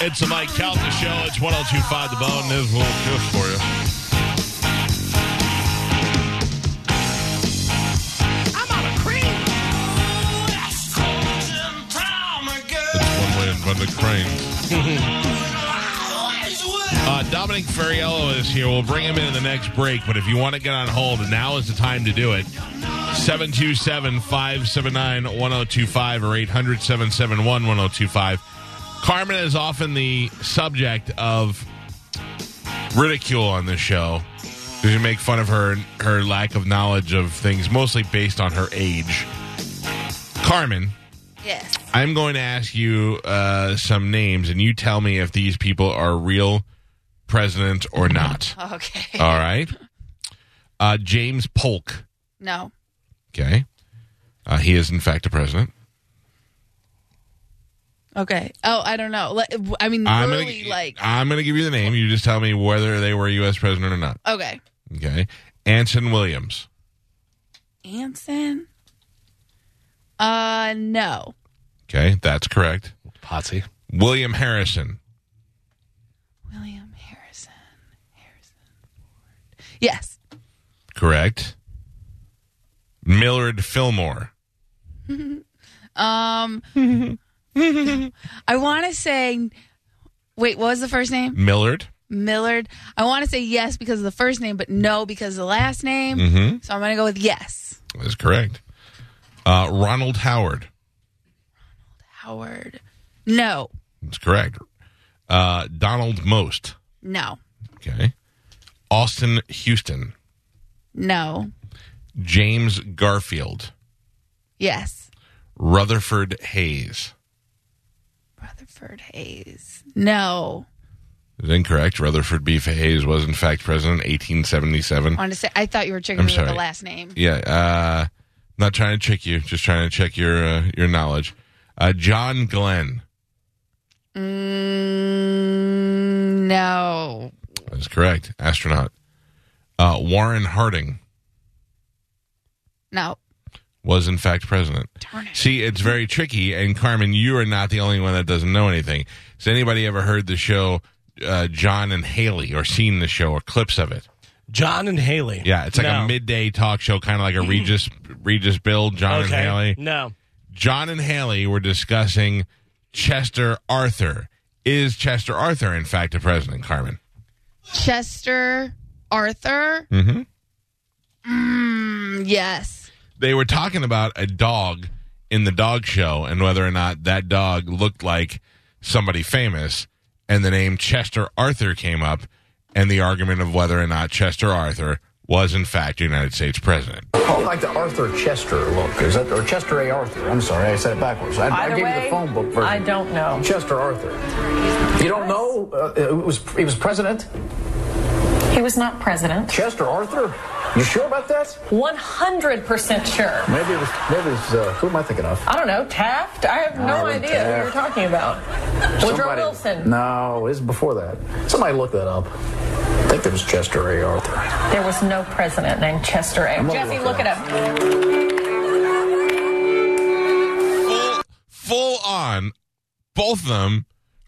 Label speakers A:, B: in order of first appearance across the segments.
A: It's a Mike Calta show. It's 1025 The Bone. There's a little gift for you.
B: I'm on a cream.
A: That's one way to run the cranes. Uh, Dominic Ferriello is here. We'll bring him in in the next break, but if you want to get on hold, now is the time to do it. 727 579 1025 or 800 771 1025. Carmen is often the subject of ridicule on this show because you make fun of her and her lack of knowledge of things, mostly based on her age. Carmen.
C: Yes.
A: I'm going to ask you uh, some names, and you tell me if these people are real presidents or not.
C: Okay.
A: All right. Uh, James Polk.
C: no.
A: Okay. Uh, he is, in fact, a president.
C: Okay. Oh, I don't know. Let- I mean,
A: I'm gonna
C: really,
A: gi-
C: like.
A: I'm going to give you the name. You just tell me whether they were a U.S. president or not.
C: Okay.
A: Okay. Anson Williams.
C: Anson? Uh, no.
A: Okay, that's correct.
D: Potsy.
A: William Harrison.
C: William Harrison. Harrison Ford. Yes.
A: Correct. Millard Fillmore.
C: Um, I want to say. Wait, what was the first name?
A: Millard.
C: Millard. I want to say yes because of the first name, but no because of the last name.
A: Mhm.
C: So I'm going to go with yes.
A: That's correct. Uh, Ronald Howard.
C: Howard. No.
A: That's correct. Uh, Donald Most.
C: No.
A: Okay. Austin Houston.
C: No.
A: James Garfield.
C: Yes.
A: Rutherford Hayes.
C: Rutherford Hayes. No.
A: Is incorrect. Rutherford B. Hayes was, in fact, president in 1877.
C: I want to say I thought you were tricking
A: I'm
C: me with
A: sorry.
C: the last name.
A: Yeah. Uh, not trying to trick you, just trying to check your uh, your knowledge. Uh, John Glenn.
C: Mm, no.
A: That's correct. Astronaut. Uh, Warren Harding
C: No.
A: was, in fact, president.
C: Darn it.
A: See, it's very tricky. And Carmen, you are not the only one that doesn't know anything. Has anybody ever heard the show uh, John and Haley or seen the show or clips of it?
D: John and Haley.
A: Yeah, it's like
D: no.
A: a midday talk show, kind of like a
C: Mm.
A: Regis Regis Bill, John and
D: Okay.
A: Haley.
D: No.
A: John and Haley were discussing Chester Arthur. Is Chester Arthur, in fact, a president, Carmen?
C: Chester Arthur.
A: Mm-hmm.
C: Mm, yes.
A: They were talking about a dog in the dog show and whether or not that dog looked like somebody famous. And the name Chester Arthur came up, and the argument of whether or not Chester Arthur was, in fact, United States president.
E: Oh, like the Arthur Chester look. Is that or Chester A. Arthur? I'm sorry, I said it backwards. I, I
F: Either
E: gave you
F: way,
E: the phone book version.
F: I don't know.
E: Chester Arthur. You don't know? Uh, it was he was president?
F: He was not president.
E: Chester Arthur? You sure about that?
F: 100% sure.
E: Maybe it was. Maybe it was. Uh, who am I thinking of?
F: I don't know, Taft? I have no
E: Oh,
F: idea who
E: Taft.
F: you're talking about. Woodrow Wilson.
E: No, it was before that. Somebody look that up. I think it was Chester A. Arthur.
F: There was no president named Chester A.
E: gonna
F: Jesse,
E: look
F: look
E: it
F: it up.
A: full, full on, both of them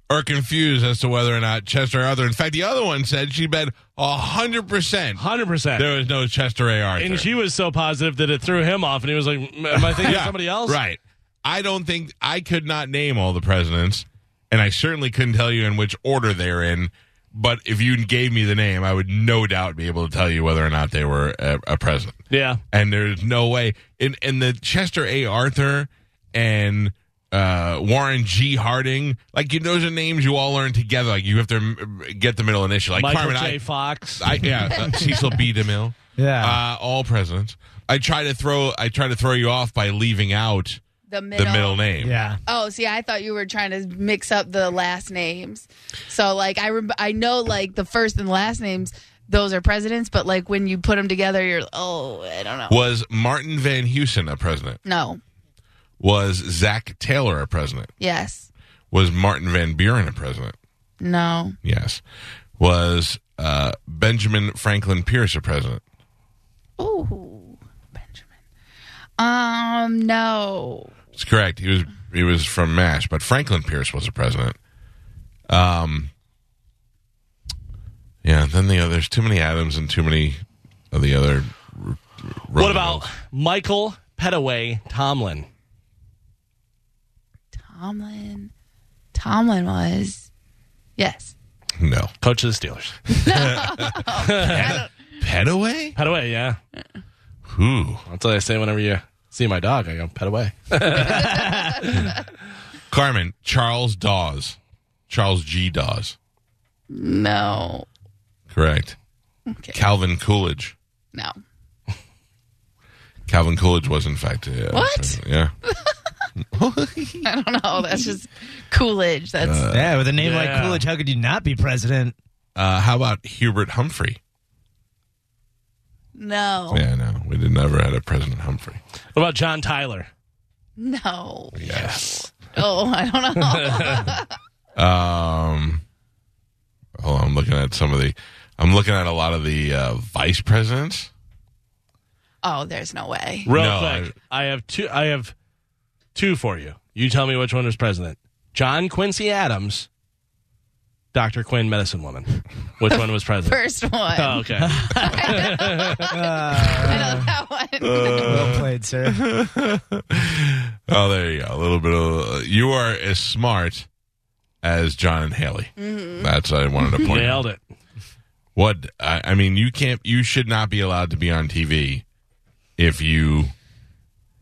A: are confused as to whether or not Chester Arthur. In fact, the other one said she bet hundred percent
D: 100%.
A: there was no Chester A. Arthur.
D: and she was so positive that it threw him off, and he was like, "Am I thinking of somebody else?"
A: right? I don't think I could not name all the presidents, and I certainly couldn't tell you in which order they're in. but if you gave me the name, I would no doubt be able to tell you whether or not they were a, a president.
D: Yeah.
A: And there's no way. In in the Chester A. Arthur and uh, Warren G. Harding, like you, those are names you all learn together. Like you have to um, get the middle initial. Like
D: Michael
A: Carmen,
D: J.
A: I-
D: Fox.
A: I, yeah, uh, Cecil B. DeMille.
G: Yeah.
A: uh, all presidents. I try to throw. I try to throw you off by leaving out
C: The middle.
A: the middle name.
G: Yeah.
C: Oh, see, I thought you were trying to mix up the last names. So, like, I rem- I know like the first and last names; those are presidents. But like when you put them together, you're oh, I don't know.
A: Was Martin Van Heusen a president?
C: No.
A: Was Zach Taylor a president?
C: Yes.
A: Was Martin Van Buren a president?
C: No.
A: Yes. Was uh, Benjamin Franklin Pierce a president?
C: Ooh, Benjamin. Um, no.
A: It's correct. He was he was from MASH, but Franklin Pierce was a president. Um. Yeah. Then the other, there's too many Adams and too many of the other. r- r-
D: What
A: Roosevelts.
D: about Michael Petaway Tomlin?
C: Tomlin. Tomlin was. Yes.
A: No.
D: Coach of the Steelers.
A: Petaway?
D: Petaway, yeah.
A: Who?
D: That's what I say whenever you see my dog. I go, Petaway.
A: Carmen. Charles Dawes. Charles G. Dawes.
C: No.
A: Correct.
C: Okay.
A: Calvin Coolidge.
C: No.
A: Calvin Coolidge was, in fact. Uh,
C: What?
A: president. Yeah.
C: I don't know. That's just Coolidge. That's
G: yeah, with a name
D: yeah.
G: like Coolidge, how could you not be president?
A: Uh, how about Hubert Humphrey?
C: no.
A: Yeah, no, we did never had a President Humphrey.
D: What about John Tyler?
C: No.
A: Yes.
C: Oh, I don't know.
A: Um, hold on, I'm looking at some of the. I'm looking at a lot of the uh, vice presidents.
C: oh, there's no way.
D: Real
A: No,
D: quick, I, have two. I have two for you. You tell me which one was president. John Quincy Adams, Dr. Quinn, medicine woman. Which one was president?
C: First one.
D: Oh, okay.
C: I know that
A: Uh,
C: one.
G: well played, sir.
A: Oh, there you go. A little bit of. uh, You are as smart as John and Haley. That's what I wanted to point out.
D: Nailed it.
A: What I, I mean, you can't. You should not be allowed to be on TV if you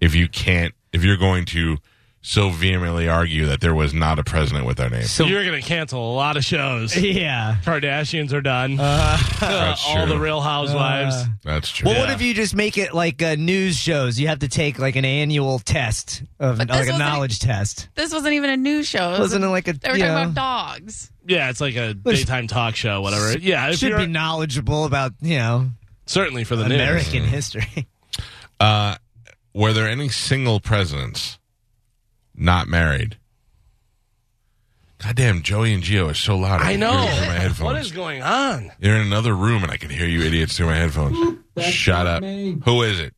A: if you can't if you're going to so vehemently argue that there was not a president with our name.
G: So
D: You're going to cancel a lot of shows.
G: yeah.
D: Kardashians are done.
A: That's
D: All the
A: true.
D: Real Housewives.
G: Uh,
A: That's true.
G: Well, what if you just make it like uh, news shows? You have to take like an annual test of
C: But this
G: like a
C: wasn't-
G: knowledge test.
C: This wasn't even a news show. It
G: Wasn't it like a
C: They were
G: you
C: talking
G: know,
C: about dogs.
D: yeah, it's like a daytime talk show, whatever. Yeah, if
G: should
D: you're,
G: be knowledgeable about you know
D: certainly for the news.
G: American history.
A: Uh, were there any single presidents not married? Goddamn, Joey and Gio are so loud.
D: I
A: can hear
D: know.
A: you through my headphones.
D: What is going on?
A: You're in another room, and I can hear you idiots through my headphones. Shut up. Who is it?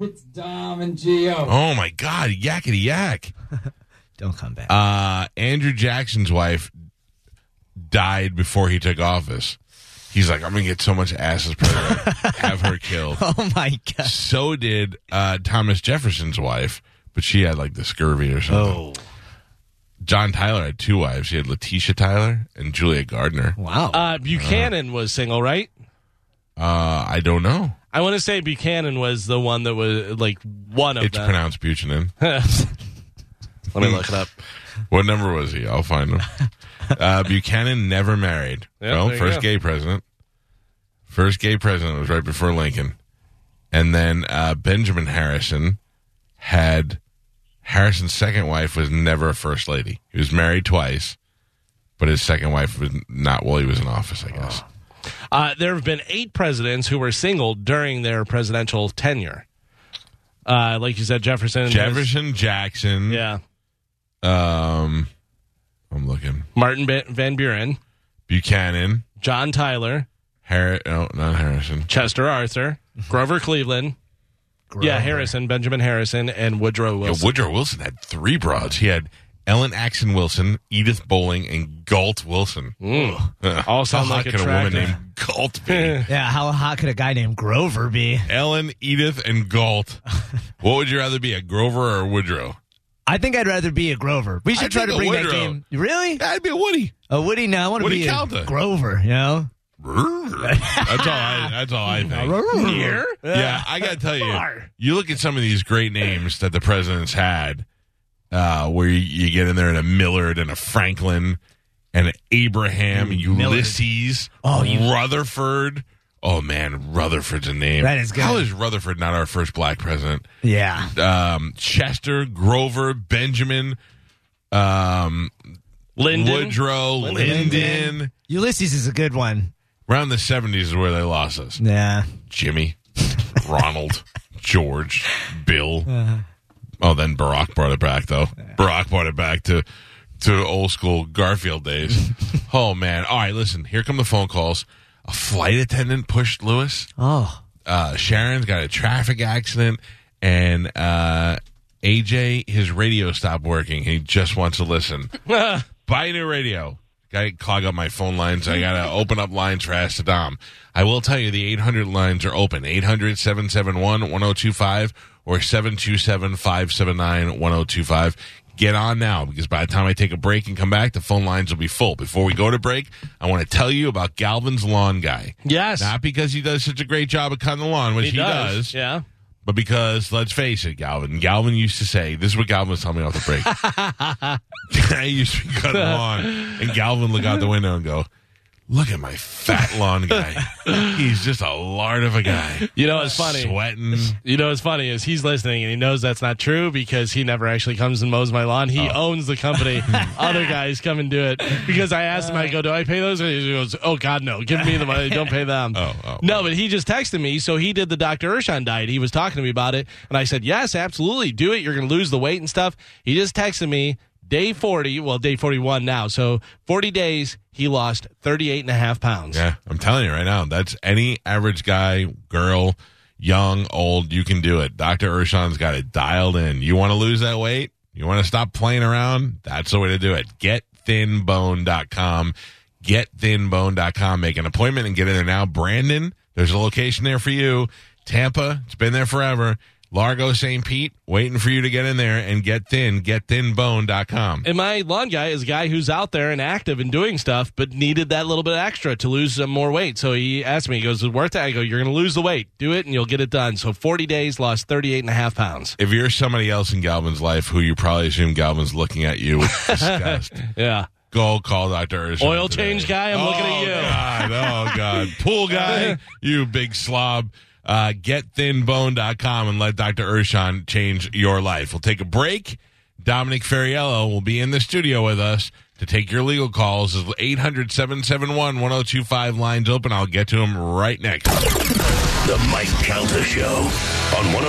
H: It's Dom and Geo.
A: Oh my God, yakety yak.
G: Don't come back.
A: Uh, Andrew Jackson's wife died before he took office. He's like, I'm gonna get so much ass as president, have her killed.
G: oh my god.
A: So did uh, Thomas Jefferson's wife, but she had like the scurvy or something.
G: Oh
A: John Tyler had two wives. He had Letitia Tyler and Julia Gardner.
G: wow.
D: Uh, Buchanan was single, right?
A: Uh, I don't know.
D: I want to say Buchanan was the one that was like one of
A: It's
D: them.
A: pronounced Buchanan.
D: Let me look it up.
A: what number was he? I'll find him. Uh, Buchanan never married.
D: Yeah,
A: well,
D: there you
A: first
D: go.
A: gay president. First gay president was right before Lincoln. And then uh, Benjamin Harrison had Harrison's second wife was never a first lady. He was married twice, but his second wife was not while he was in office, I guess.
D: Uh, there have been eight presidents who were single during their presidential tenure. Uh, like you said, Jefferson. and
A: Jefferson Jackson.
D: Yeah.
A: Um, I'm looking.
D: Martin Ba- Van Buren,
A: Buchanan,
D: John Tyler,
A: Harris. No, not Harrison.
D: Chester Arthur,
A: Mhm.
D: Grover Cleveland. Yeah, Harrison, Benjamin Harrison, and Woodrow
A: Yeah,
D: Wilson.
A: Woodrow Wilson had three broads. He had Ellen Axon Wilson, Edith Bowling, and Galt Wilson.
D: Mm. All
A: How
D: sound
A: hot
D: like
A: could a woman
D: attractive-
A: named Galt be?
G: yeah, how hot could a guy named Grover be?
A: Ellen, Edith, and Galt. What would you rather be, a Grover or a Woodrow?
G: I think I'd rather be a Grover. We should
A: I
G: try
A: think
G: to
A: a
G: bring that
A: Woodrow.
G: game. Really?
A: That'd be a Woody.
G: A Woody? No, I want to
A: Woody
G: be a
A: Calda.
G: Grover. You know?
A: that's all. I, that's all I think. Yeah, I got to tell you, you look at some of these great names that the presidents had, uh, where you, you get in there and a Millard and a Franklin and an Abraham,
G: Mm,
A: and Ulysses, oh, Rutherford. Oh man, Rutherford's a name.
G: That is good.
A: How is Rutherford not our first black president?
G: Yeah.
A: Um, Chester, Grover, Benjamin, um,
D: Lyndon.
A: Woodrow, Lyndon.
G: Ulysses is a good one.
A: Around the seventies is where they lost us.
G: Yeah.
A: Jimmy, Ronald, George, Bill. Oh, then Barack brought it back though. Barack brought it back to to old school Garfield days. oh man! All right, listen. Here come the phone calls. A flight attendant pushed Lewis.
G: Oh.
A: Uh, Sharon's got a traffic accident, and uh, AJ his radio stopped working. He just wants to listen. Buy a new radio. Gotta clog up my phone lines. I gotta open up lines for Ask the Dom. I will tell you the 800 lines are open 800 771 1025 or 727 579 1025. Get on now because by the time I take a break and come back, the phone lines will be full. Before we go to break, I want to tell you about Galvin's Lawn Guy.
D: Yes.
A: Not because he does such a great job at cutting the lawn, which he, does,
D: Yeah.
A: but because, let's face it, Galvin. Galvin used to say, this is what Galvin was telling me off the break. I used to be cutting lawn, and Galvin look out the window and go, look at my fat lawn guy. He's just a lard of a guy.
D: You know, it's funny.
A: Sweating.
D: You know, what's funny is he's listening and he knows that's not true because he never actually comes and mows my lawn. He
A: Oh.
D: owns the company. Other guys come and do it because I asked him. I go, "Do I pay those?" And he goes, "Oh God, no! Give me the money. Don't pay them."
A: Oh, oh,
D: no, but he just texted me. So he did the Dr. Urshan diet. He was talking to me about it, and I said, "Yes, absolutely, do it. You're going to lose the weight and stuff." He just texted me day 40. Well, day 41 now. So 40 days, he lost 38 and a half pounds.
A: Yeah, I'm telling you right now, that's any average guy, girl, young, old, you can do it. Dr. Urshan's got it dialed in. You want to lose that weight? You want to stop playing around? That's the way to do it. GetThinBone.com. GetThinBone.com. Make an appointment and get in there now. Brandon, there's a location there for you. Tampa, it's been there forever. Largo St. Pete, waiting for you to get in there and get thin. GetThinBone.com.
D: And my lawn guy is a guy who's out there and active and doing stuff, but needed that little bit extra to lose some more weight. So he asked me, he goes, Is it worth it? I go, You're going to lose the weight. Do it and you'll get it done. So 40 days, lost 38 and a half pounds.
A: If you're somebody else in Galvin's life who you probably assume Galvin's looking at you with disgust,
D: Yeah.
A: go call Dr. Urshan
D: Oil change guy, I'm
A: oh,
D: looking at you.
A: God, oh, God. Pool guy, you big slob. Uh, GetThinBone.com and let Dr. Urshan change your life. We'll take a break. Dominic Ferriello will be in the studio with us to take your legal calls. 800 771 1025 lines open. I'll get to him right next.
I: The Mike Calta Show on 101.